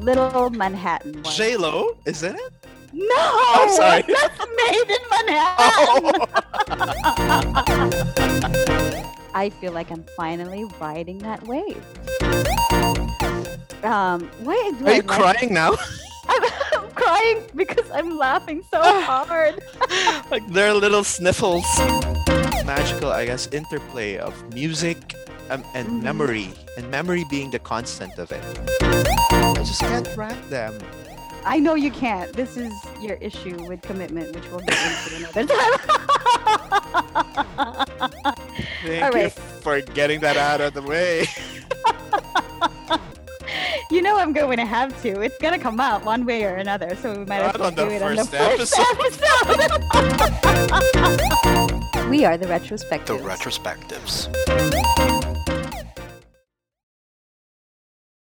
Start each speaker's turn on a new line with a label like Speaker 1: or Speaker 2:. Speaker 1: Little Manhattan. was.
Speaker 2: J Lo is in it.
Speaker 1: no,
Speaker 2: I'm sorry.
Speaker 1: that's made in Manhattan.
Speaker 2: Oh,
Speaker 1: I feel like I'm finally riding that wave. Um, why do
Speaker 2: are
Speaker 1: I
Speaker 2: you
Speaker 1: like-
Speaker 2: crying now?
Speaker 1: I'm, I'm crying because I'm laughing so hard.
Speaker 2: like they're little sniffles. Magical, I guess, interplay of music um, and
Speaker 1: Mhm.
Speaker 2: memory, and memory being the constant of it. I just can't rank them.
Speaker 1: I know you can't. This is your issue with commitment, which we'll get into another time.
Speaker 2: Thank
Speaker 1: All
Speaker 2: you
Speaker 1: right.
Speaker 2: for getting that out of the way.
Speaker 1: you know I'm going to have to. It's gonna come out one way or another, so we might
Speaker 2: Not
Speaker 1: as well
Speaker 2: on the
Speaker 1: do it on the
Speaker 2: first
Speaker 1: first episode. we are the retrospective.
Speaker 3: retrospectives.